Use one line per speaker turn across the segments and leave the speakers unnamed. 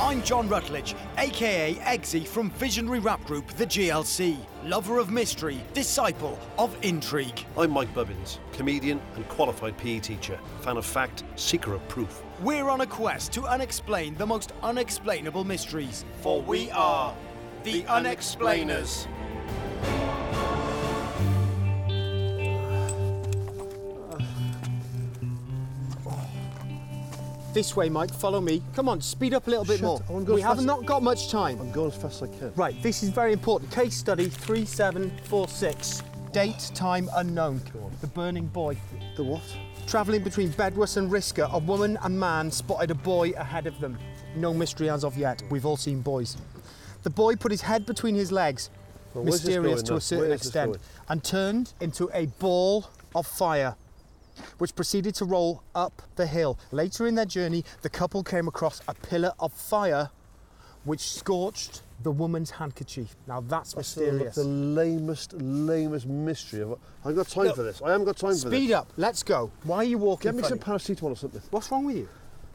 I'm John Rutledge, aka Eggsy from visionary rap group The GLC. Lover of mystery, disciple of intrigue.
I'm Mike Bubbins, comedian and qualified PE teacher, fan of fact, seeker of proof.
We're on a quest to unexplain the most unexplainable mysteries. For we are the Unexplainers.
This way, Mike. Follow me. Come on, speed up a little bit
Shit,
more.
I wanna go
we
as
have
fast-
not got much time.
I'm going as fast as I can.
Right, this is very important. Case study 3746. Date, time unknown. The burning boy.
The what?
Travelling between Bedwas and Riska, a woman and man spotted a boy ahead of them. No mystery as of yet. We've all seen boys. The boy put his head between his legs,
Well, where's this
mysterious
going
to
now?
a certain
Where is this
extent,
going?
and turned into a ball of fire, which proceeded to roll up the hill. Later in their journey, the couple came across a pillar of fire which scorched the woman's handkerchief. Now that's
That's the-
mysterious.
The lamest, lamest mystery. I've, I've got time
Look,
for this. I haven't got time for this.
Speed up, let's go. Why are you walking?
Get me some
funny?
paracetamol or something.
What's wrong with you?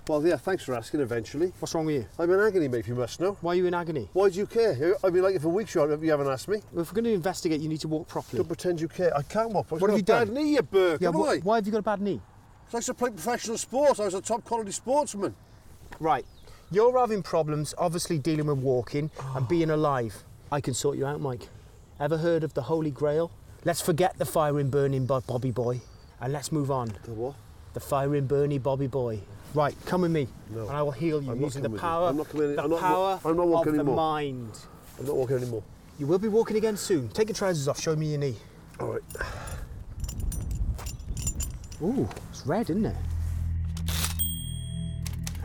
Well, yeah, thanks for asking eventually.
What's wrong with you?
I'm in agony, mate, if you must know.
Why are you in agony?
Why do you care? I've been like it for weeks, Sean, if you haven't asked me.
Well, If we're going to investigate, you need to walk properly.
Don't pretend you care. I can't walk. I've
What
got
have
a
you
bad
done?
knee, you Burke,
yeah,
haven't
wha-
I?
why have you got a bad knee?
I used to play professional sports. I was a top quality sportsman.
Right, you're having problems, obviously dealing with walking and being alive. Ah. I can sort you out, Mike. Ever heard of the Holy Grail? Let's forget the fire and burning by Bobby Boy, and let's move on.
The what?
The fire and burning Bobby Boy. Right, come with me,
No.
and I will heal you
I'm not
using the
coming with you.
power,
I'm not coming in-
the
I'm not wa-
power
I'm not walking
of the
anymore.
mind.
I'm not walking anymore.
You will be walking again soon. Take your trousers off. Show me your knee.
All right.
Ooh, it's red, isn't it?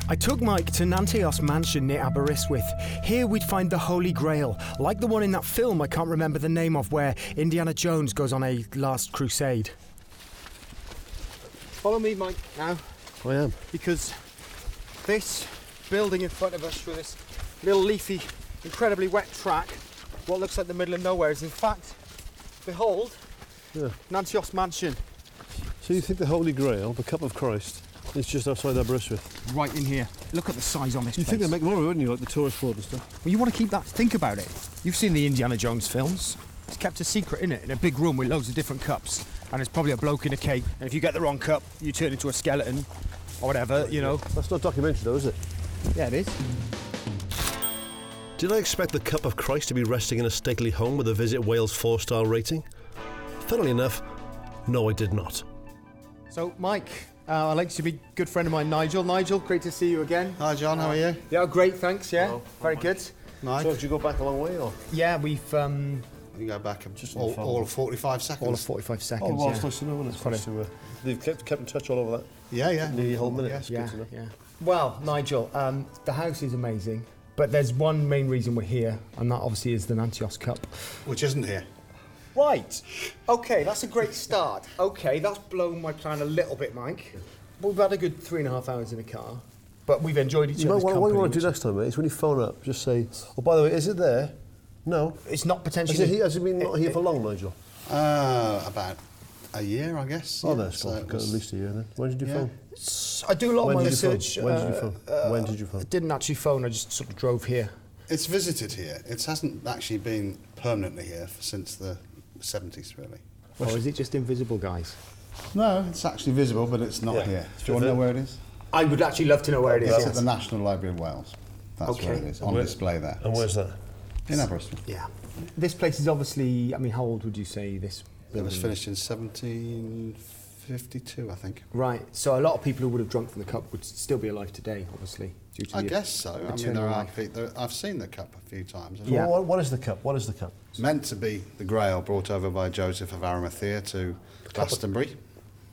I took Mike to Nantios Mansion near Aberystwyth. Here we'd find the Holy Grail, like the one in that film I can't remember the name of where Indiana Jones goes on a last crusade. Follow me, Mike, now,
I am.
because this building in front of us through this little leafy, incredibly wet track, what looks like the middle of nowhere, is in fact, behold,
Yeah.
Nantios Mansion,
So you think the Holy Grail, the Cup of Christ, is just outside Aberystwyth?
right in here. Look at the size on this
You
place.
think they make more, wouldn't you, like the tourist board and stuff?
Well, you want to keep that. Think about it. You've seen the Indiana Jones films. It's kept a secret, innit? In a big room with loads of different cups. And it's probably a bloke in a cape. And if you get the wrong cup, you turn into a skeleton or whatever, you know.
That's not documentary, though, is it?
Yeah, it is.
Did I expect the Cup of Christ to be resting in a stately home with a Visit Wales four star rating? Funnily enough, no, I did not.
So, Mike, uh, I'd like to be a good friend of mine, Nigel. Nigel, great to see you again.
Hi John, how are you?
Yeah, great, thanks. Yeah, very good.
Nice.
So did you go back a long way, or?
Yeah, we've. Um,
You go back um, just all, all of 45 seconds.
45
Oh,
seconds.
well, it's nice to know, isn't it? It's
funny.
nice to, uh, they've kept, kept in touch all over that.
yeah, yeah.
Nearly a whole minute.
Yeah.
It's
Yeah,
good to know.
yeah. Well, Nigel, um, the house is amazing. But there's one main reason we're here, and that obviously is the Nantios Cup.
Which isn't here.
Right. Okay, that's a great start. Okay, that's blown my plan a little bit, Mike. We've had a good three and a half hours in a car, but we've enjoyed each
You know
other's
what,
company.
what you want to do
which-
next time, mate, is when you phone up, just say, oh, by the way, is it there? No.
It's not
Has
potentially.
it, has it been not here for long, Nigel?
Uh, about a year, I guess.
Oh,
yeah.
no, it's
So
gone.
it
Got at
was-
least a year then. When did you
yeah.
phone?
I do a lot
When
of Oh, my
did, you
research.
phone? when did you
uh,
phone? when did you phone?
Didn't actually phone. I just sort of drove here.
It's visited here. It hasn't actually been permanently here for, since the 70s, really.
Or is it just invisible, guys?
No, it's actually visible, but it's not
Yeah.
here. Do you want to know where it is?
I would actually love to know where it is.
It's at
yes.
the National Library of Wales. That's where
Okay.
it is, on
Where-
display there.
And where's that?
In Aberystwyth.
Yeah. This place is obviously. I mean, how old would you say this?
It was finished in 1752, I think.
Right. So a lot of people who would have drunk from the cup would still be alive today, obviously. Due to
I
the
guess so. I mean,
eternal
there are,
life.
pe- there, I've seen the cup a few times.
Yeah.
Well, what, what is the cup? What is the cup?
It's meant to be the Grail brought over by Joseph of Arimathea to Glastonbury.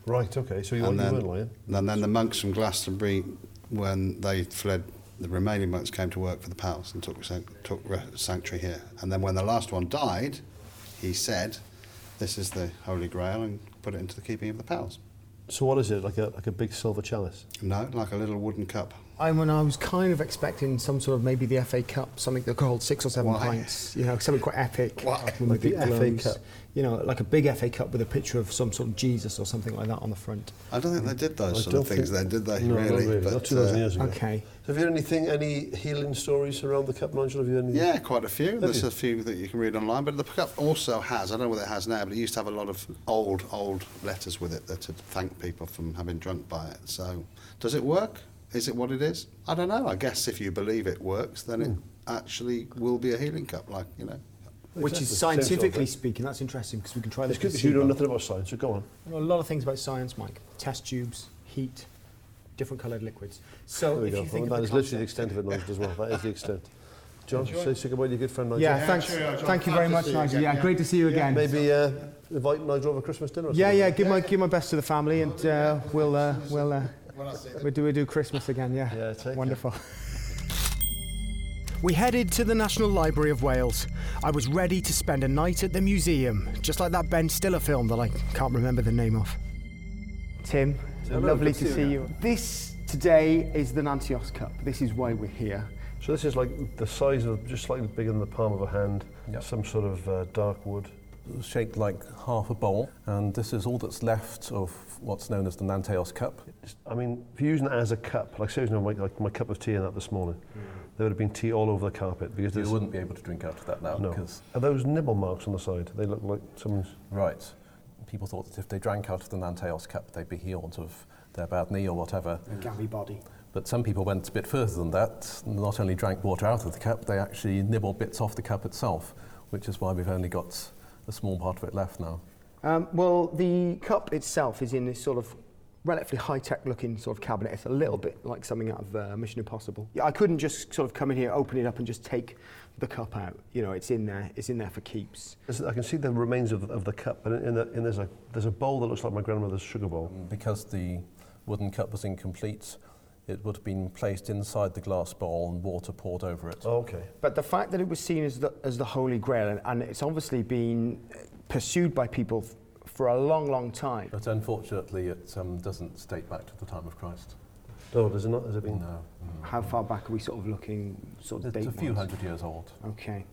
Right, okay, so you,
and,
weren't- Oh, you weren't
then,
lying.
and then the monks from Glastonbury, when they fled, the remaining monks came to work for the palace and took, san- took re- sanctuary here. And then when the last one died, he said, This is the Holy Grail, and put it into the keeping of the palace.
So what is it? Like a, like a big silver chalice?
No, like a little wooden cup.
I mean, I was kind of expecting some sort of maybe the FA Cup, something that could hold six or seven
Why?
pints, you know, something quite epic.
Why?
Like with
Like the
big
FA
gloves,
Cup.
You know, like a big FA Cup with a picture of some sort of Jesus or something like that on the front.
I don't think they did those
Mm. I
sort of
don't
things
think-
then, did they?
No, not
really?
really.
But,
not 2,000
uh,
years ago.
Okay.
Have you had anything, any healing stories around the Cup, Nigel? Have you had any?
Yeah, quite a few. There's
you?
a few that you can read online, but the cup also has, I don't know whether it has now, but it used to have a lot of old, old letters with it that to thank people from having drunk by it. So, does it work? Is it what it is? I don't know. I guess if you believe it works, then it actually will be a healing cup, like, you know.
Which
Exactly.
is
Same sort of
scientifically
thing.
speaking, that's interesting because we can try
It's
this.
good because you know nothing about science, so go on.
There are a lot of things about science, Mike. Test tubes, heat, different coloured liquids. So
There we
if
go.
you think
Well, that
of
is
the
literally the
concept-
extent of it, Nigel, as well. That is the extent. John, say, say goodbye to your good friend, Nigel.
yeah, thanks.
cheerio, John.
Thank you
Glad
very
to
much,
see you
Nigel.
again,
Yeah,
yeah.
great to see you again.
Maybe uh, invite Nigel over Christmas dinner or
Yeah,
something.
yeah. Give my give my best to the family, and uh, we'll uh, we'll uh, we do we do Christmas again. Yeah.
Yeah, take it.
Wonderful.
We headed to the National Library of Wales. I was ready to spend a night at the museum, just like that Ben Stiller film that I can't remember the name of.
Tim, lovely to see you. This today is the Nantios Cup. This is why we're here.
So this is like the size of, just slightly bigger than the palm of a hand, some sort of uh, dark wood.
shaped like half a bowl, and this is all that's left of what's known as the Nanteos Cup.
I mean, if you're using it as a cup, like seriously, my, like my cup of tea and that this morning, there would have been tea all over the carpet because
Mm. You
there's
wouldn't be able to drink out of that now
no.
because,
Are those nibble marks on the side? They look like someone's.
right, people thought that if they drank out of the Nanteos Cup, they'd be healed of their bad knee or whatever.
Gabby body.
But some people went a bit further than that, not only drank water out of the cup, they actually nibbled bits off the cup itself, which is why we've only got a small part of it left now.
Um, well, the cup itself is in this sort of relatively high-tech looking sort of cabinet. It's a little bit like something out of uh, Mission Impossible. Yeah, I couldn't just sort of come in here, open it up, and just take the cup out. You know, it's in there. It's in there for keeps.
There's- I can see the remains of, of the cup, and in, the, in there's a there's a bowl that looks like my grandmother's sugar bowl.
Because the wooden cup was incomplete, it would have been placed inside the glass bowl and water poured over it.
Oh, okay.
But the fact that it was seen as the, as the Holy Grail, and, and it's obviously been pursued by people f- for a long, long time.
But unfortunately, it um, doesn't date back to the time of Christ.
Oh, does it not? Has it been?
No.
How far back are we sort of looking, sort of
It's a
date
few hundred years old.
Okay.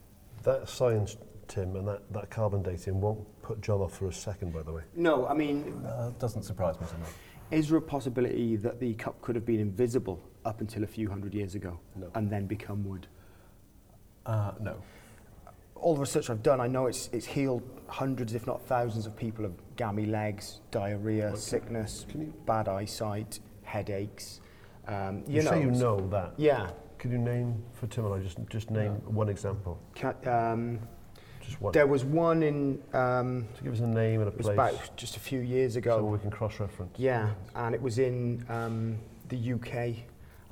That science, Tim, and that, that carbon dating won't put John off for a second, by the way.
No, I mean,
Uh, doesn't surprise me so much.
is there a possibility that the cup could have been invisible up until a few hundred years ago
No.
and then become wood?
Uh, no.
All the research I've done, I know it's, it's healed hundreds, if not thousands, of people of gammy legs, diarrhea, sickness, bad eyesight, headaches. Um, you
You,
know,
say you
it's-
know that.
Yeah.
Can you name for Tim and I just just name one example?
Ca- um,
Just one.
There was one in um,
to give us a name and a
it was
place
about just a few years
so
ago.
we can cross reference.
Yeah, and it was in um, the UK, and
Be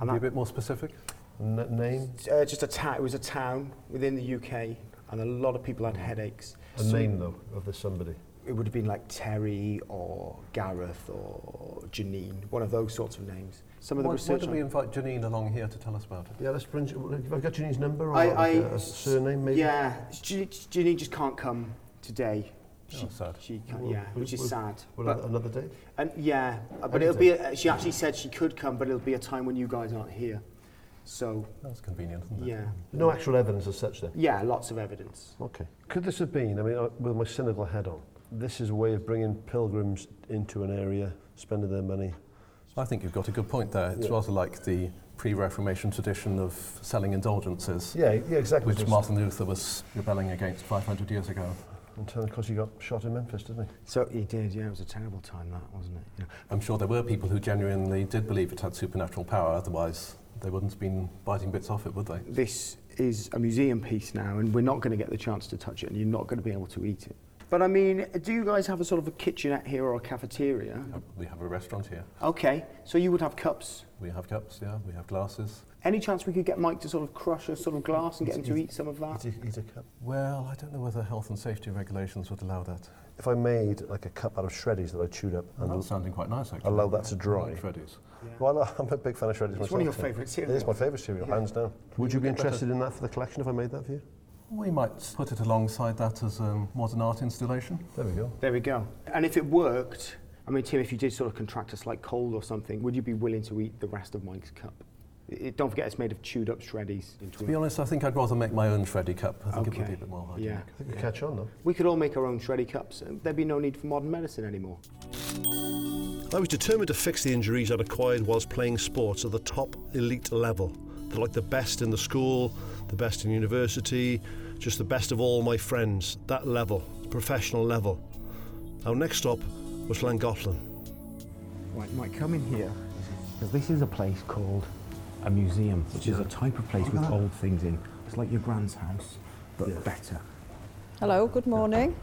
a
that,
bit more specific.
N- name.
uh, just a town. It was a town within the UK, and a lot of people had headaches.
A
So
name though of the somebody.
It would have been like Terry or Gareth or Janine, one of those sorts of names. Some of the
Why, why
research.
don't
on-
we invite Janine along here to tell us about it?
Yeah, let's bring. Have I got Janine's number or
I-
like
Oh, I-
a- a surname maybe?
yeah, Jan- Janine just can't come today. She,
Oh, sad.
she can't,
Well,
yeah,
we-
which is
we-
sad.
Well,
but-
an- another date.
And yeah, uh, but it'll be. A, she actually said she could come, but it'll be a time when you guys aren't here. So
That's convenient, isn't it?
yeah,
No actual evidence as such then.
yeah, lots of evidence.
Okay. Could this have been? I mean, uh, with my cynical head on, this is a way of bringing pilgrims into an area, spending their money.
I think you've got a good point there. It's
Yeah.
rather like the pre-Reformation tradition of selling indulgences,
Yeah, yeah, exactly.
which Martin Luther was rebelling against 500 years ago.
Until of course he got shot in Memphis, didn't he?
So he did. Yeah, it was a terrible time that, wasn't it?
I'm sure there were people who genuinely did believe it had supernatural power, otherwise they wouldn't have been biting bits off it, would they?
This is a museum piece now, and we're not going to get the chance to touch it, and you're not going to be able to eat it. But I mean, do you guys have a sort of a kitchenette here or a cafeteria?
We have a restaurant here.
Okay, so you would have cups.
We have cups, yeah, we have glasses.
Any chance we could get Mike to sort of crush a sort of glass and get him to eat some of that?
Eat a, eat a cup.
Well, I don't know whether health and safety regulations would allow that.
If I made like a cup out of shreddies that I chewed up and
That's sounding quite nice, actually.
allow that to dry.
Shreddies.
Well, I- I'm a big fan of Shreddies
It's
myself.
one of your
so-
favourite
It is
cereals.
my favourite cereal, hands down. Would you be interested in that for the collection if I made that for you?
We might put it alongside that as a modern art installation.
There we go.
There we go. And if it worked, I mean, Tim, if you did sort of contract a slight cold or something, would you be willing to eat the rest of Mike's cup?
It, don't forget, it's made of chewed up shreddies. Into
To be honest, I think I'd rather make my own shreddy cup. I think it would be a bit more hygienic.
yeah.
You catch on though.
We could all make our own shreddy cups. and There'd be no need for modern medicine anymore.
I was determined to fix the injuries I'd acquired whilst playing sports at the top elite level. They're like the best in the school, the best in university, just the best of all my friends, that level, professional level. Our next stop was Llangollen.
Right, Mike, come in here.
Because this is a place called a museum, which is a type of place with old things in. It's like your grand's house, but better.
Hello, good morning.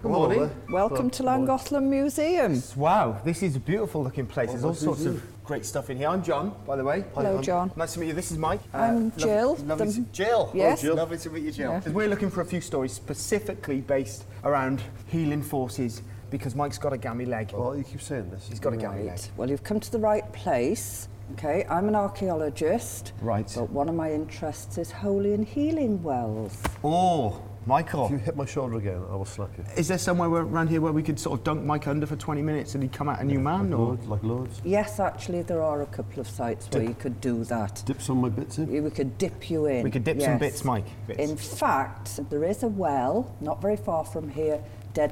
Good morning.
Welcome to Llangollen Museum.
Wow, this is a beautiful looking place. There's all sorts of great stuff in here. I'm John, by the way.
Hello, I'm- John.
Nice to meet you. This is Mike.
I'm
lov-
Jill,
Lovely
the-
to, Jill.
Yes.
Oh, Jill. Lovely to meet you, Jill.
Yeah.
'Cause We're looking for a few stories specifically based around healing forces because Mike's got a gammy leg.
Well, Oh, you keep saying this.
He's got a gammy leg.
Well, you've come to the right place. Okay, I'm an archaeologist.
Right.
But one of my interests is holy and healing wells.
Oh,
If you
Michael.
hit my shoulder again, I will slap you.
Is there somewhere where, around here where we could sort of dunk Mike under for 20 minutes and he'd come out a new man?
Like
Or?
loads, like loads.
Yes, actually, there are a couple of sites where you could do that.
Dip some of my bits in.
We could dip you in.
We could dip some bits, Mike, bits.
In fact, there is a well not very far from here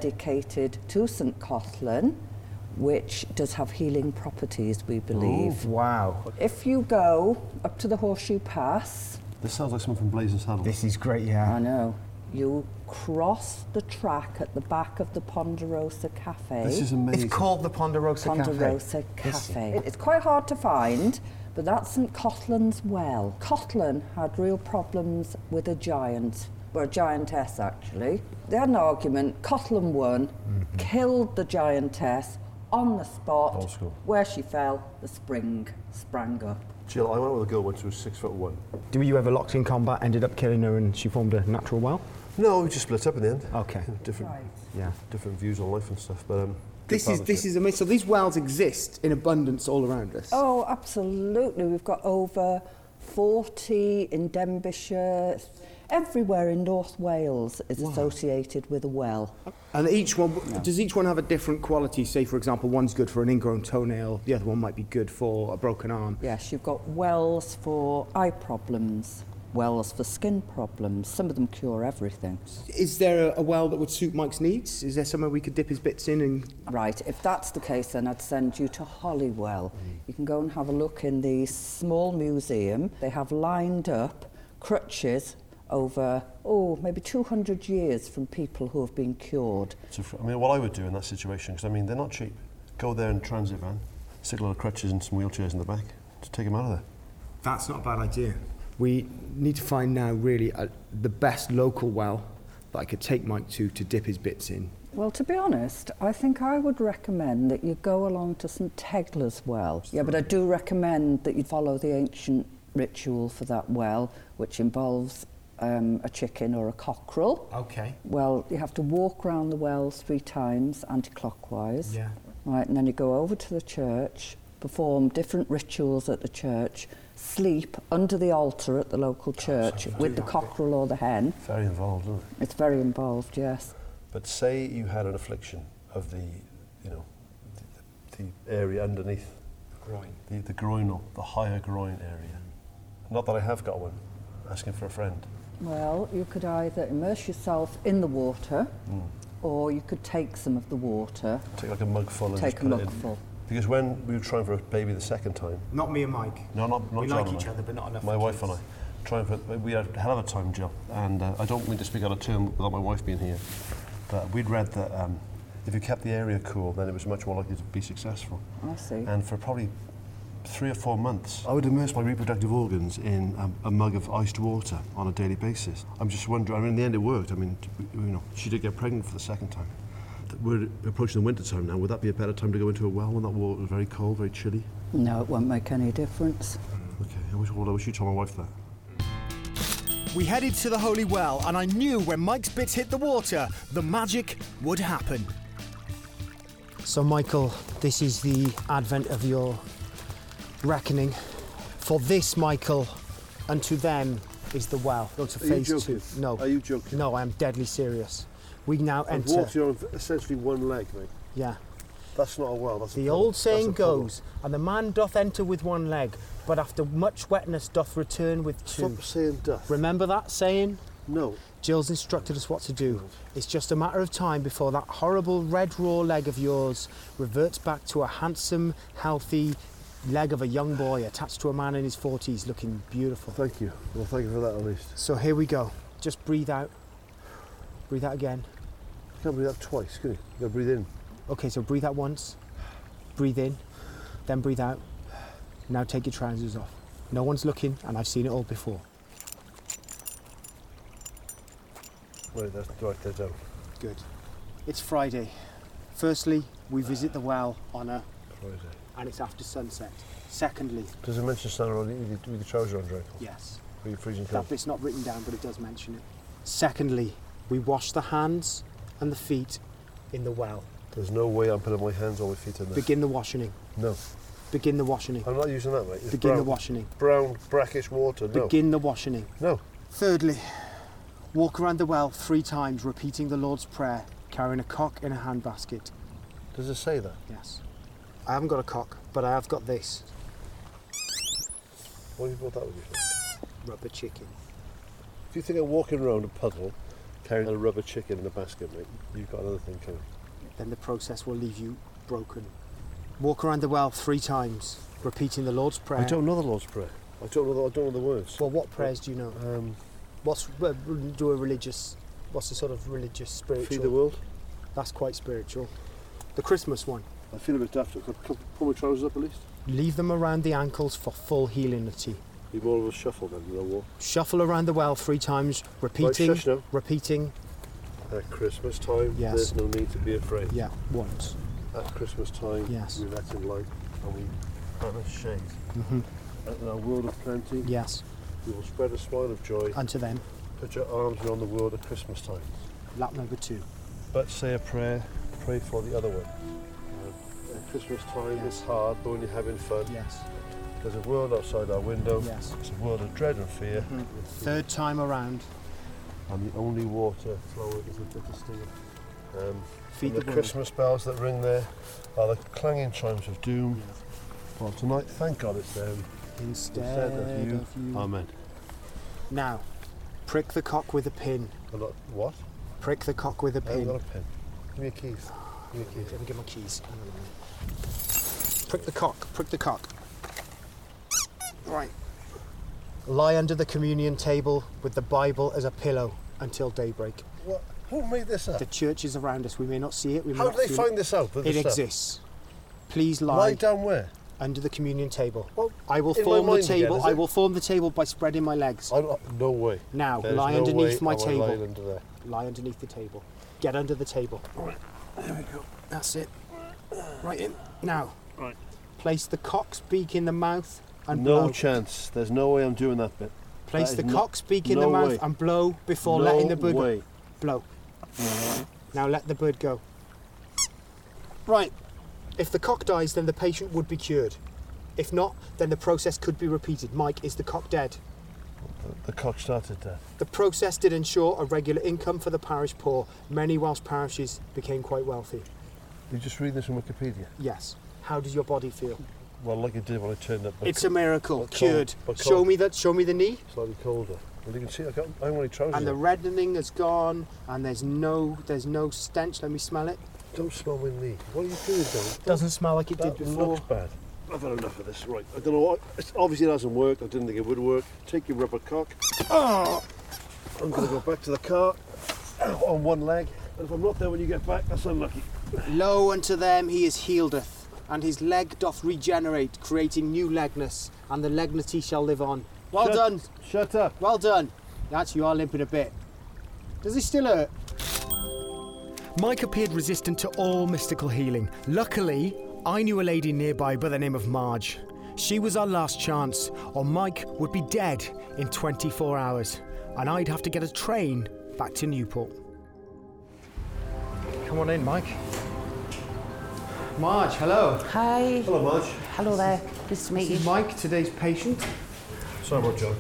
dedicated to St. Cothlin, which does have healing properties, we believe.
Wow.
If you go up to the Horseshoe Pass,
This sounds like someone from Blazing Saddles.
This is great, yeah.
I know, you cross the track at the back of the Ponderosa Cafe.
This is amazing.
It's called the Ponderosa,
Ponderosa
Cafe. It's-
Cafe. It- It's quite hard to find, but that's St Cotlin's Well. Cotlin had real problems with a giant, or a giantess actually. They had an argument, Cotlin won, killed the giantess on the spot
Mm-hmm. Old school.
where she fell, the spring sprang up.
Jill, I went with a girl once who was six foot one.
Do you ever locked in combat, ended up killing her, and she formed a natural well?
No, we just split up in the end.
Okay.
You know, different,
Yeah.
different views on life and stuff. But um, good
This is this
partnership.
is amazing. So these wells exist in abundance all around us.
Oh, absolutely. We've got over 40 in Denbighshire. Everywhere in North Wales is associated with a well.
And each one does each one have a different quality? Say, for example, one's good for an ingrown toenail. The other one might be good for a broken arm.
Yes, you've got wells for eye problems, wells for skin problems. Some of them cure everything.
Is there a, a well that would suit Mike's needs? Is there somewhere we could dip his bits in? And
Right, if that's the case, then I'd send you to Hollywell. You can go and have a look in the small museum. They have lined up crutches over, oh, maybe 200 years from people who have been cured.
So, fr- I mean, what I would do in that situation, because I mean, they're not cheap. Go there in a transit van, stick a lot of crutches and some wheelchairs in the back, just take them out of there.
that's not a bad idea. We need to find now really uh the best local well that I could take Mike to to dip his bits in.
Well, to be honest, I think I would recommend that you go along to St Tegla's Well. Yeah, but I do recommend that you follow the ancient ritual for that well, which involves um, a chicken or a cockerel.
Okay.
Well, you have to walk round the well three times anti-clockwise.
Yeah.
Right, and then you go over to the church, perform different rituals at the church, sleep under the altar at the local church with the cockerel or the hen.
Very involved, isn't it?
It's very involved, yes.
But say you had an affliction of the, you know, the, the area underneath,
Groin.
the, the groinal, the higher groin area. Not that I have got one. Asking for a friend.
Well, you could either immerse yourself in the water
Hmm.
or you could take some of the water.
Take like a mug full and
Take
just put
a
it
mug
in.
full.
Because when we were trying for a baby the second time,
Not me and Mike.
No, not, not
We
John
like
and
each
I.
other, but not enough
My
for
wife
kids.
and I. Trying for, we had a hell of a time, Jill, and uh, I don't mean to speak out of turn without my wife being here, but we'd read that um, if you kept the area cool, then it was much more likely to be successful.
I see.
And for probably three or four months, I would immerse my reproductive organs in um, a, a mug of iced water on a daily basis. I'm just wondering, I mean, in the end it worked. I mean, t- you know, she did get pregnant for the second time. Th- We're approaching the winter time now. Would that be a better time to go into a well when that water was very cold, very chilly?
No, it won't make any difference.
Okay, I wish, well, I wish you told my wife that.
We headed to the Holy Well, and I knew when Mike's bits hit the water, the magic would happen.
So, Michael, this is the advent of your reckoning. For this, Michael, unto them is the well. Go to
Are you
phase
joking?
two. No.
Are you joking?
No, I am deadly serious. We now
I've
enter.
walked you on essentially one leg, mate.
Yeah.
That's not a well. That's a
The
puddle.
old
That's
saying
a puddle.
goes, and the man doth enter with one leg, but after much wetness doth return with two.
Stop saying doth.
Remember that saying?
No.
Jill's instructed us what to do. It's just a matter of time before that horrible red raw leg of yours reverts back to a handsome, healthy leg of a young boy attached to a man in his 40s looking beautiful.
Thank you. Well, thank you for that at least.
So here we go. Just breathe out. Breathe out again.
You can't breathe out twice, can you? You gotta breathe in.
Okay, so breathe out once, breathe in, then breathe out. Now take your trousers off. No one's looking, and I've seen it all before.
Wait, that's right there down.
Good. It's Friday. Firstly, we visit the well on a,
Right there.
and it's after sunset. Secondly,
Does it mention standing on it with your- with your trousers on, Drake?
yes,
Are you freezing cold?
that bit's not written down, but it does mention it. Secondly, we wash the hands and the feet in the well.
There's no way I'm putting my hands or my feet in there.
Begin the washing.
no.
Begin the washing.
I'm not using that, mate. It's
Begin
brown,
the washing.
Brown, brackish water. No.
Begin the washing.
No.
Thirdly, walk around the well three times, repeating the Lord's Prayer, carrying a cock in a handbasket.
Does it say that?
Yes. I haven't got a cock, but I have got this
What have you brought that with you for?
rubber chicken.
If you think I'm walking around a puddle carrying a rubber chicken in a basket, mate, you've got another thing coming.
Then the process will leave you broken. Walk around the well three times, repeating the Lord's Prayer.
I don't know the Lord's Prayer. I don't know the, I don't know the words.
Well, what prayers do you know?
um,
What's uh, do a religious? What's the sort of religious spiritual?
feed the world.
That's quite spiritual. The Christmas one.
I feel a bit daft. Could I pull my trousers up at least?
Leave them around the ankles for full healingity.
Be more of a shuffle than the walk.
Shuffle around the well three times, repeating,
shush now.
repeating,
At Christmas time,
Yes.
there's no need to be afraid.
yeah, once.
At Christmas time,
Yes.
we let in light and we plant a shade.
Mm-hmm.
And in our world of plenty,
Yes,
we will spread a smile of joy.
unto them.
Put your arms around the world at Christmas time.
Lap number two.
But say a prayer, pray for the other one. Uh, at Christmas time, it's hard, but when you're having fun,
Yes,
there's a world outside our window.
yes.
It's a world of dread and fear.
Third time around,
And the only water flowing is a bitter still. Um,
feed
and
the,
the Christmas bells that ring there are the clanging chimes of doom. Well, tonight, thank God it's them.
woman. Instead
Instead of you, um, Amen.
Now, prick the cock with a pin.
I'm not, what?
Prick the cock with a
I haven't
pin.
got a pen. Give me a keys. Give me a keys.
Let me get my keys. Hang on a minute. Prick the cock. Prick the cock. Right. Lie under the communion table with the Bible as a pillow until daybreak.
What? Who made this up?
The church is around us. We may not see it. We may
How
not
did they
feel
find this out? that
It
this stuff?
exists. Please lie,
Lie down where?
under the communion table.
Well,
I will
in my
form the
mind again,
table.
is
I
it?
will form the table by spreading my legs.
I don't, no way.
Now,
There's
lie
no
underneath
way
my
am I lying
table.
under there.
Lie underneath the table. Get under the table. Right, there we go. That's it. Right in. Now,
Right.
place the cock's beak in the mouth and
no
blow.
chance. There's no way I'm doing that bit.
place
is
the
no-
cock's beak in the
no
mouth
way.
and blow before
no
letting the bird
way.
blow. now let the bird go. Right. If the cock dies, then the patient would be cured. If not, then the process could be repeated. Mike, is the cock dead?
The cock started there.
The process did ensure a regular income for the parish poor. Many Welsh parishes became quite wealthy.
You just read this from Wikipedia.
Yes. How does your body feel?
Well, like it did when I turned up. but
It's a miracle.
cold,
Cured.
but cold.
Show me that. Show me the knee.
slightly colder. Well, you can see I got I'm only trousers.
And the
on.
reddening is gone. And there's no. There's no stench. Let me smell it.
Don't smell my knee. What are you doing, Don't.
Doesn't smell like it did
That
before.
looks bad. I've had enough of this. Right. I don't know. What, it's obviously it hasn't worked. I didn't think it would work. Take your rubber cock. I'm going to go back to the car on one leg. And if I'm not there when you get back, that's unlucky.
Lo unto them he is healedeth, and his leg doth regenerate, creating new legness, and the legnity shall live on. Well
Shut-
done,
Shut up.
well done. That's you are limping a bit. Does he still hurt?
Mike appeared resistant to all mystical healing. Luckily, I knew a lady nearby by the name of Marge. She was our last chance, or Mike would be dead in 24 hours, and I'd have to get a train back to Newport. Come on in, Mike.
Marge, hello.
Hi.
Hello, Marge.
Hello there. Nice to meet
This
you.
is Mike, today's patient.
Sorry about John.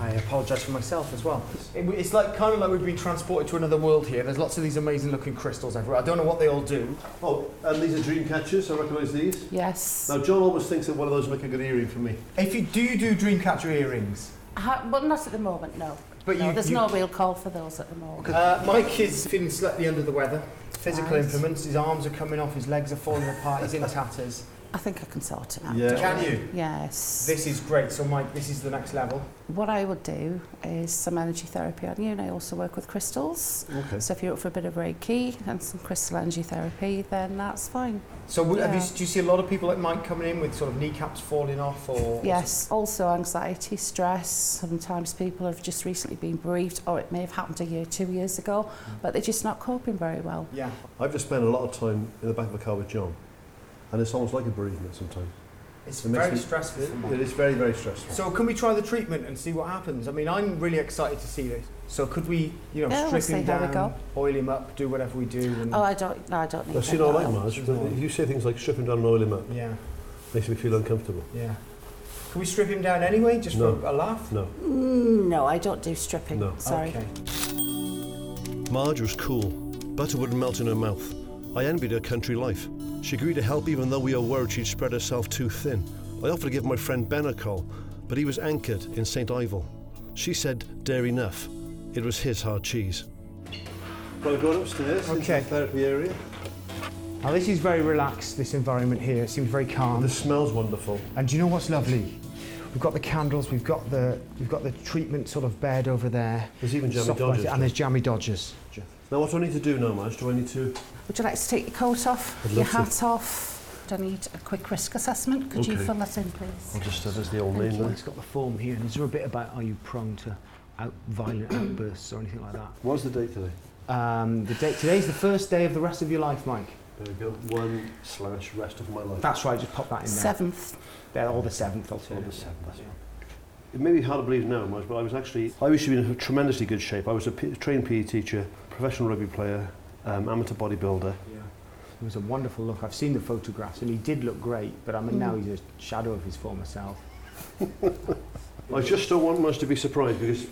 I apologise for myself as well. It, it's like kind of like we've been transported to another world here. There's lots of these amazing looking crystals everywhere. I don't know what they all do.
Oh, and these are dream catchers. I recognise these.
Yes.
Now, John always thinks that one of those would make a good earring for me.
If you do you do Dreamcatcher earrings,
Ha- well, not at the moment, no.
But
no,
you-
there's
you-
no real call for those at the moment.
uh, Mike is feeling slightly under the weather. Physical
Right.
implements. His arms are coming off. His legs are falling apart. He's in tatters.
I think I can sort it out.
Yeah.
don't
Can
worry.
you?
Yes.
This is great. So Mike, this is the next level.
What I would do is some energy therapy on you, and I also work with crystals.
Okay.
So if you're up for a bit of Reiki and some crystal energy therapy, then that's fine.
So w- have you,
Yeah.
do you see a lot of people like Mike coming in with sort of kneecaps falling off or?
Yes, also anxiety, stress. Sometimes people have just recently been bereaved, or it may have happened a year, two years ago,
Mm.
but they're just not coping very well.
Yeah.
I've just spent a lot of time in the back of a car with John, and it's almost like a bereavement sometimes.
It's
makes
very stressful for Mike.
It is very, very stressful.
So can we try the treatment and see what happens? I mean, I'm really excited to see this. So could we, you know,
Yeah, we'll
strip him
see how
down,
we go.
oil him up, do whatever we do? And
Oh, I don't, no, I don't need
I've
that.
seen all that, Marge. If you say things like strip him down and oil him up,
yeah,
makes me feel uncomfortable.
yeah. Can we strip him down anyway, just
No.
for a laugh?
No.
Mm, No, I don't do stripping.
No.
Sorry.
Okay.
Marge was cool. Butter wouldn't melt in her mouth. I envied her country life. She agreed to help even though we were worried she'd spread herself too thin. I offered to give my friend Ben a call, but he was anchored in St. Ivel. She said, dare enough. It was his hard cheese. Well, I've gone upstairs
Okay.
into the therapy area.
Now this is very relaxed, this environment here. It seems very calm.
The smell's wonderful.
And do you know what's lovely? We've got the candles, we've got the we've got the treatment sort of bed over there.
There's even jammy
Soft
dodgers.
lighting, And there's jammy dodgers.
Now, what do I need to do now, Marge? Do I need to...
Would you like to take your coat off,
I'd
your
love to.
hat off? Do I need a quick risk assessment? Could you
Okay.
fill that in, please?
I'll just... There's the old name there.
Mike's got the form here. And is there a bit about are you prone to out violent outbursts or anything like that?
What's the date today?
Um, the date today's the first day of the rest of your life, Mike.
There we go. One slash rest of my life.
That's right, just pop that in there.
Seventh.
They're all the seventh, I'll tell
All
you.
the seventh. It may be hard to believe now, Mike, but I was actually, I used to be in tremendously good shape. I was a P- trained PE teacher, professional rugby player, um, amateur bodybuilder.
Yeah. It was a wonderful look. I've seen the photographs and he did look great, but I mean now he's a shadow of his former self.
I just don't want much to be surprised because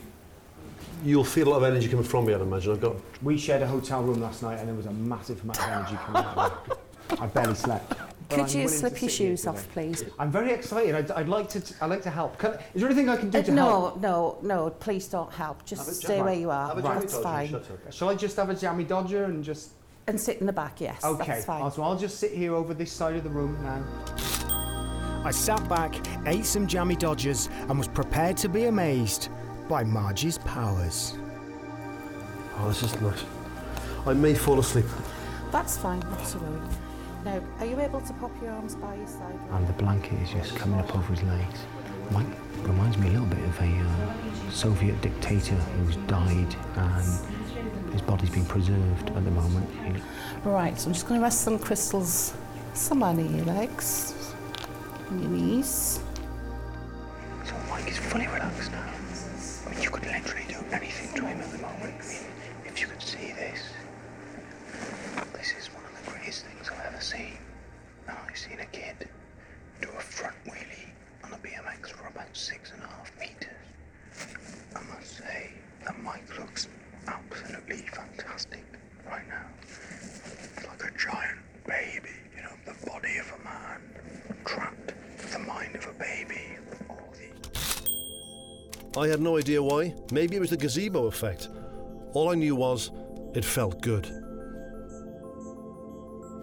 you'll feel a lot of energy coming from me, I'd imagine. I've got,
We shared a hotel room last night and there was a massive amount of energy coming out of me. I barely slept. But I'm
Could you
willing to
slip your
sit here
shoes
today.
off, please?
I'm very excited. I'd, I'd like to. T- I'd like to help. Can, is there anything I can do
Uh,
to help?
no, no, no, please don't help. Just
Have a
stay
jam-
where you are.
have a jammy
That's
dodger,
fine.
shut up.
Shall I just have a jammy dodger and just?
And sit in the back, yes.
Okay.
That's fine.
I'll- So I'll just sit here over this side of the room now.
I sat back, ate some jammy dodgers, and was prepared to be amazed by Margie's powers.
oh, this is nice. I may fall asleep.
That's fine, not to worry. Now, are you able to pop your arms by your side?
Um.
And the blanket is just coming up over his legs. Mike reminds me a little bit of a uh, Soviet dictator who's died and his body's been preserved at the moment. You know.
Right, so I'm just going to rest some crystals somewhere near your legs, on your knees.
So Mike is fully relaxed now. I mean, you could literally do anything to him at the moment. I mean, if you could see this, this is one of the greatest things I've ever seen. And I've seen a kid do a front wheelie on a BMX for about six and a half meters. I must say that Mike looks absolutely fantastic right now. It's like a giant baby, you know, the body of a man trapped with the mind of a baby. All the
I had no idea why. Maybe it was the gazebo effect. All I knew was it felt good.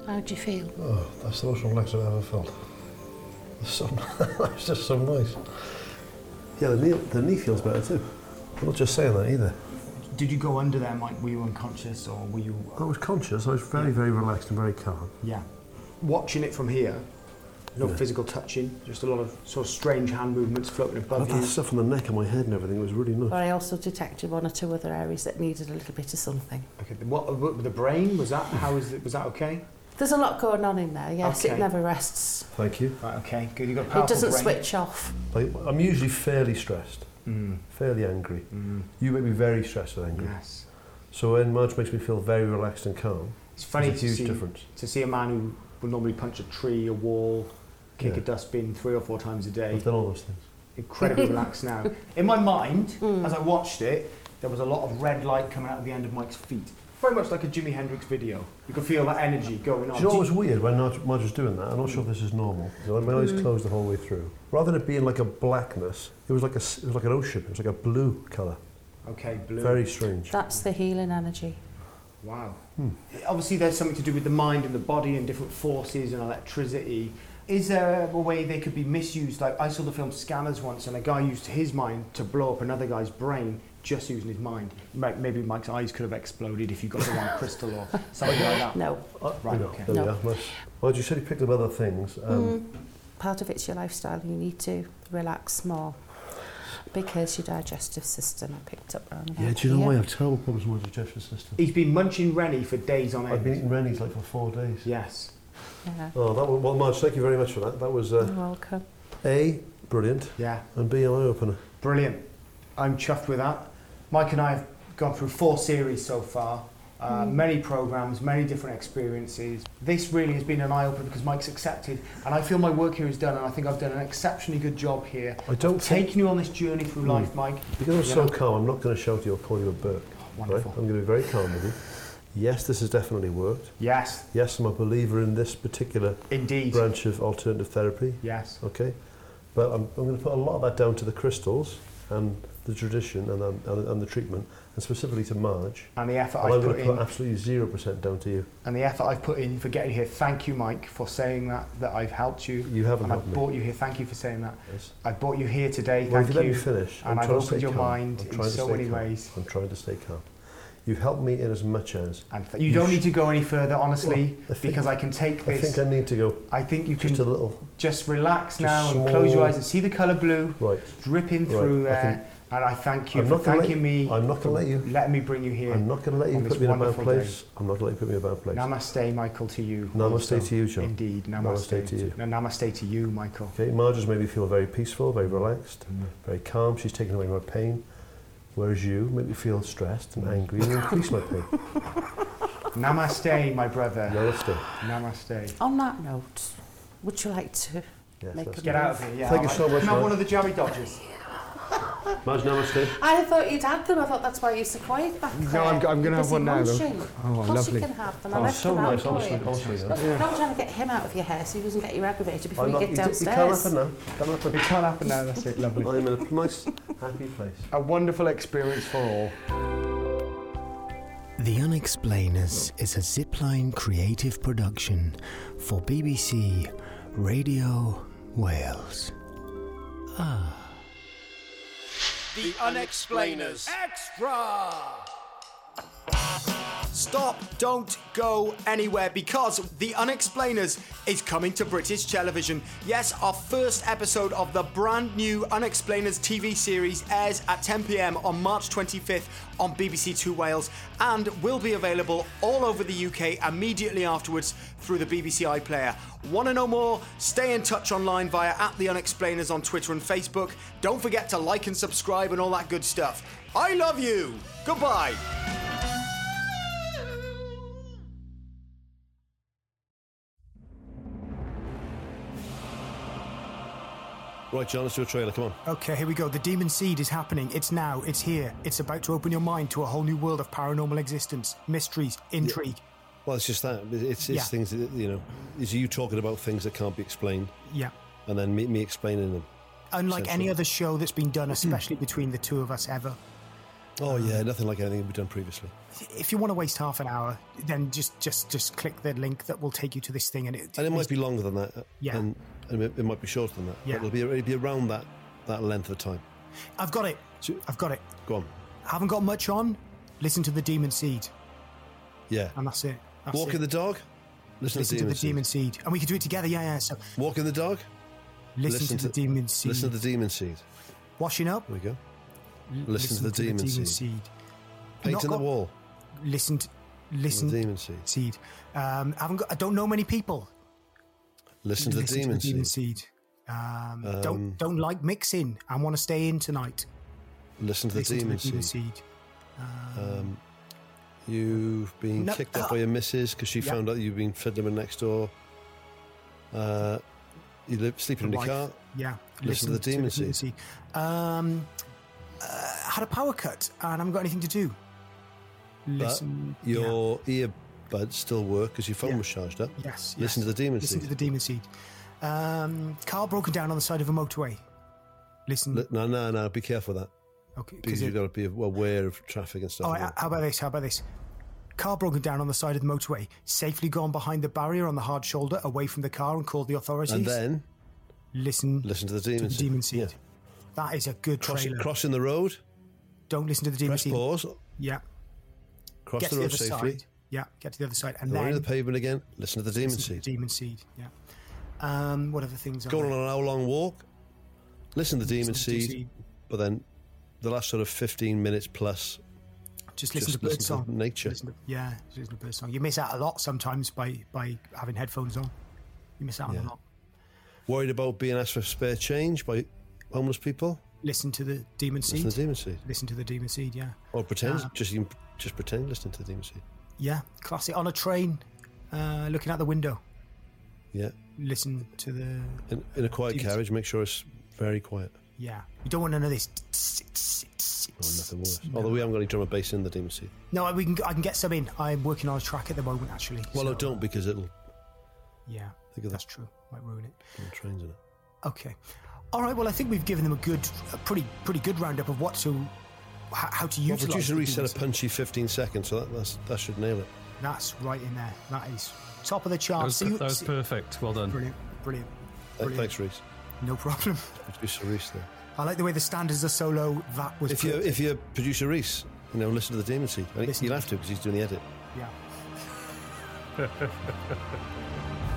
How do you feel?
Oh, that's the most relaxed I've ever felt. The sun, that's just so nice. Yeah, the knee, the knee feels better too. I'm not just saying that either.
Did you go under there, Mike? Were you unconscious or were you?
I was conscious, I was very, very relaxed and very calm.
Yeah. Watching it from here, no physical touching, just a lot of sort of strange hand movements floating
But
above
that
you.
stuff on the neck and my head and everything was really nice.
But I also detected one or two other areas that needed a little bit of something.
Okay. then What, what the brain was that? How is it? Was that okay?
There's a lot going on in there, yes.
Okay.
It never rests.
Thank you.
Right. Okay. Good. You got a
it
powerful
doesn't
brain.
switch off.
I, I'm usually fairly stressed,
Mm.
fairly angry.
Mm.
You make me very stressed and angry.
Yes.
So when Marge makes me feel very relaxed and calm,
It's funny
there's a
to
huge
see
difference.
to see a man who will normally punch a tree, a wall, kick
Yeah.
a dustbin three or four times a day.
I've done all those things.
incredibly relaxed now. In my mind, as I watched it, there was a lot of red light coming out of the end of Mike's feet. Very much like a Jimi Hendrix video. You could feel that energy going
Do
on.
you know what
Do
was weird when Nige- Nigel was doing that? I'm not sure if this is normal. You know, my eyes
Mm.
closed the whole way through. Rather than it being like a blackness, it was like a, s- it was like an ocean. It was like a blue colour.
Okay, blue.
Very strange.
That's the healing energy.
Wow.
Hmm.
Obviously, there's something to do with the mind and the body and different forces and electricity. Is there a way they could be misused? Like, I saw the film Scanners once, and a guy used his mind to blow up another guy's brain just using his mind. Ma- Maybe Mike's eyes could have exploded if you got the wrong crystal or something like that.
No.
Uh,
Right,
no,
okay.
there we
No.
are. That's- Well, you said he picked up other things. Um,
Mm. Part of it's your lifestyle. You need to relax more because your digestive system I picked up around
Yeah,
about
do you know
here.
I have terrible problems with my digestive system?
He's been munching Rennie for days on end.
I've been eating Rennies like for four days.
Yes.
Yeah.
Oh, that was, well, Marge, thank you very much for that. That was
You're
uh,
welcome.
A, brilliant.
Yeah.
And B, an eye opener.
Brilliant. I'm chuffed with that. Mike and I have gone through four series so far, uh,
Mm.
many programs, many different experiences. This really has been an eye opener because Mike's accepted, and I feel my work here is done, and I think I've done an exceptionally good job here.
I don't
of taking you on this journey through
Mm.
life, Mike.
Because I'm
You
so
know?
calm, I'm not going to shout at you or call you a Burke.
wonderful.
I'm going to be very calm with you. Yes, this has definitely worked.
Yes.
Yes, I'm a believer in this particular
Indeed.
branch of alternative therapy.
Yes.
Okay. But I'm, I'm going to put a lot of that down to the crystals and the tradition and, um, and, and the treatment, and specifically to Marge.
And the effort
And
I've
I'm going
put
to
in.
put absolutely 0% down to you.
and the effort I've put in for getting here. Thank you, Mike, for saying that, that I've helped you.
You haven't
and
helped
I've
me.
brought you here. Thank you for saying that.
Yes.
I've brought you here today.
Well, if
thank
you let me finish, I'm
And I've
trying to
opened
stay
your
calm.
mind
I'm
in
trying to
so
stay
many
calm.
ways.
I'm trying to stay calm. You've helped me in as much as.
And th- you, don't
sh-
need to go any further, honestly,
Well, I think-
because I can take
I
this.
think I need to go.
I think you
just
can
a little.
just relax
Just
now and close your
small-
eyes and see the colour blue
Right.
dripping
Right,
through
I
there. and I thank you
I'm
for
not gonna let-
thanking me.
I'm not
for
gonna let you-
Letting me bring you here.
I'm not going to let
on
you
this
put me in a bad
wonderful
place. I'm not going to let you put me in a bad
Day.
place.
Namaste, Michael, to you.
Namaste
also.
to you, John.
Indeed, namaste,
Namaste to you.
no, namaste to you, Michael.
Okay, Marge has made me feel very peaceful, very relaxed, very calm. She's taken away my pain. Whereas you make me feel stressed and angry and increase my pain.
Namaste, my brother.
Namaste.
Namaste.
On that note, would you like to make a
Get out of
move?
here. Yeah,
Thank
all
you
right.
so much,
Can I have
Mark.
one of the jammy dodgers?
Marge, namaste.
I thought you'd had them. I thought that's why you're so quiet back there.
No, I'm, g- I'm going to have
Busy
one now, though.
munching.
Oh,
of course
lovely.
you can have them. I
Oh,
left
so
them out
nice,
for
honestly,
you.
honestly,
Look,
yeah.
I'm trying to get him out of your hair so he doesn't get you aggravated before
I'm
you
not-
get
it- it
downstairs.
can't happen now. Can't happen.
It can't happen now, that's it, lovely.
I'm in a nice, happy place.
A wonderful experience for all.
The Unexplainers is a zipline creative production for BBC Radio Wales. Ah.
The Unexplainers. Extra! Stop, don't go anywhere because The Unexplainers is coming to British television. Yes, our first episode of the brand new Unexplainers TV series airs at 10 pm on March 25th on BBC Two Wales and will be available all over the UK immediately afterwards through the BBC iPlayer. Want to know more? Stay in touch online via at The Unexplainers on Twitter and Facebook. Don't forget to like and subscribe and all that good stuff. I love you! Goodbye!
Right, John, let's do a trailer. Come on.
Okay, here we go. The Demon Seed is happening. It's now. It's here. It's about to open your mind to a whole new world of paranormal existence, mysteries, intrigue.
Well, it's just that. It's, it's
Yeah.
things that, you know, it's you talking about things that can't be explained
Yeah.
and then me, me explaining them.
Unlike any
Essentially.
other show that's been done, especially between the two of us ever.
Hmm.
Ah.
Oh, yeah, nothing like anything we've done previously.
If you want to waste half an hour, then just just just click the link that will take you to this thing, and it
And it might be longer than that. uh,
Yeah.
And, and it, it might be shorter than that. but
Yeah.
It'll be, it'll be around that, that length of time.
I've got it. I've got it.
Go on.
haven't got much on. Listen to the Demon Seed,
Yeah.
and that's it. That's
Walk
it.
in the dog. Listen,
Listen
to the demon. seed.
Demon Seed, and we can do it together. Yeah, yeah. So
Walk in the dog.
Listen to the demon seed.
Listen to the demon seed.
washing up.
There we go. Listen, to the demon, seed.
Not
Paint in the
got-
wall.
Listen, to, listen.
The demon seed.
Seed. Um, haven't got, I don't know many people.
Listen to the demon seed.
seed. Um,
Um,
don't don't like mixing. I want to stay in tonight.
Listen to the
listen
demon
to the demon
seed. Um, you've been
No,
kicked off by your missus because she
Yeah.
found out you've been fiddling with next door. Uh, you live sleeping
The
in the
wife.
car.
Yeah.
Listen to the Demon
Listen to
Seed.
Demoncy. Um, uh, had a power cut and I haven't got anything to do. Listen.
But your earbuds still work because your phone was charged up.
Yes.
Listen
yes.
to the Demon
Listen
Seed.
to the demon seed. Um, car broken down on the side of a motorway. Listen.
Li- No, no, no. Be careful of that.
Okay, 'cause
Because
it-
you've got to be aware of traffic and stuff.
Oh,
like
h-
that.
how about this? How about this? Car broken down on the side of the motorway. Safely gone behind the barrier on the hard shoulder, away from the car, and called the authorities.
and then
listen.
Listen to the Demon
the
Seed.
Demon Seed. that is a good
Cross-
trailer.
crossing the road.
Don't listen to the demon
Press
seed.
pause.
Yeah.
Cross the
Get to the
road
other
safely.
side. Yeah. Get to the other side, and
And then,
then
the pavement again. Listen to the Demon
listen to
Seed.
the demon seed. Yeah. Um, what other things?
Go
are
on
there?
an hour long walk. Listen to the Demon
Listen to the
Seed.
Seed.
But then the last sort of 15 minutes plus.
Just listen to
listen
birdsong.
nature.
Yeah, just listen to bird song. You miss out a lot sometimes by by having headphones on. You miss out on
Yeah.
a lot.
Worried about being asked for spare change by homeless people?
Listen to the demon seed.
Listen to the Demon Seed.
Listen to the demon seed. Yeah.
Or pretend,
Um,
just even, just pretend listening to the Demon Seed.
Yeah, classic. On a train, uh, looking out the window,
Yeah.
listen to the.
In, in a quiet
Demon Seed.
carriage, make sure it's very quiet.
Yeah, you don't want none of this.
Or Oh, nothing worse. Although we haven't got any drum and bass in the Demon Seed.
No, we can. I can get some in. I'm working on a track at the moment, actually.
Well,
so-
I don't because it'll.
Yeah,
Think of
that's
that.
true. Might ruin it.
little Trains in it.
Okay. All right. Well, I think we've given them a good, a pretty, pretty good roundup of what to, h- how to
Well,
use.
producer Reese said a punchy 15 seconds, so that, that's, that should nail it.
That's right in there. That is top of the
That
charts.
was,
See you-
that was
see-
perfect. Well done.
Brilliant. Brilliant.
Th-
Brilliant.
Thanks, Reese.
No problem.
Producer Reese there.
I like the way the standards are so low. That was.
If you're,
perfect.
if you're producer Reese, you know, listen to the Demon Seed. And You'll have to because he's doing the edit.
yeah.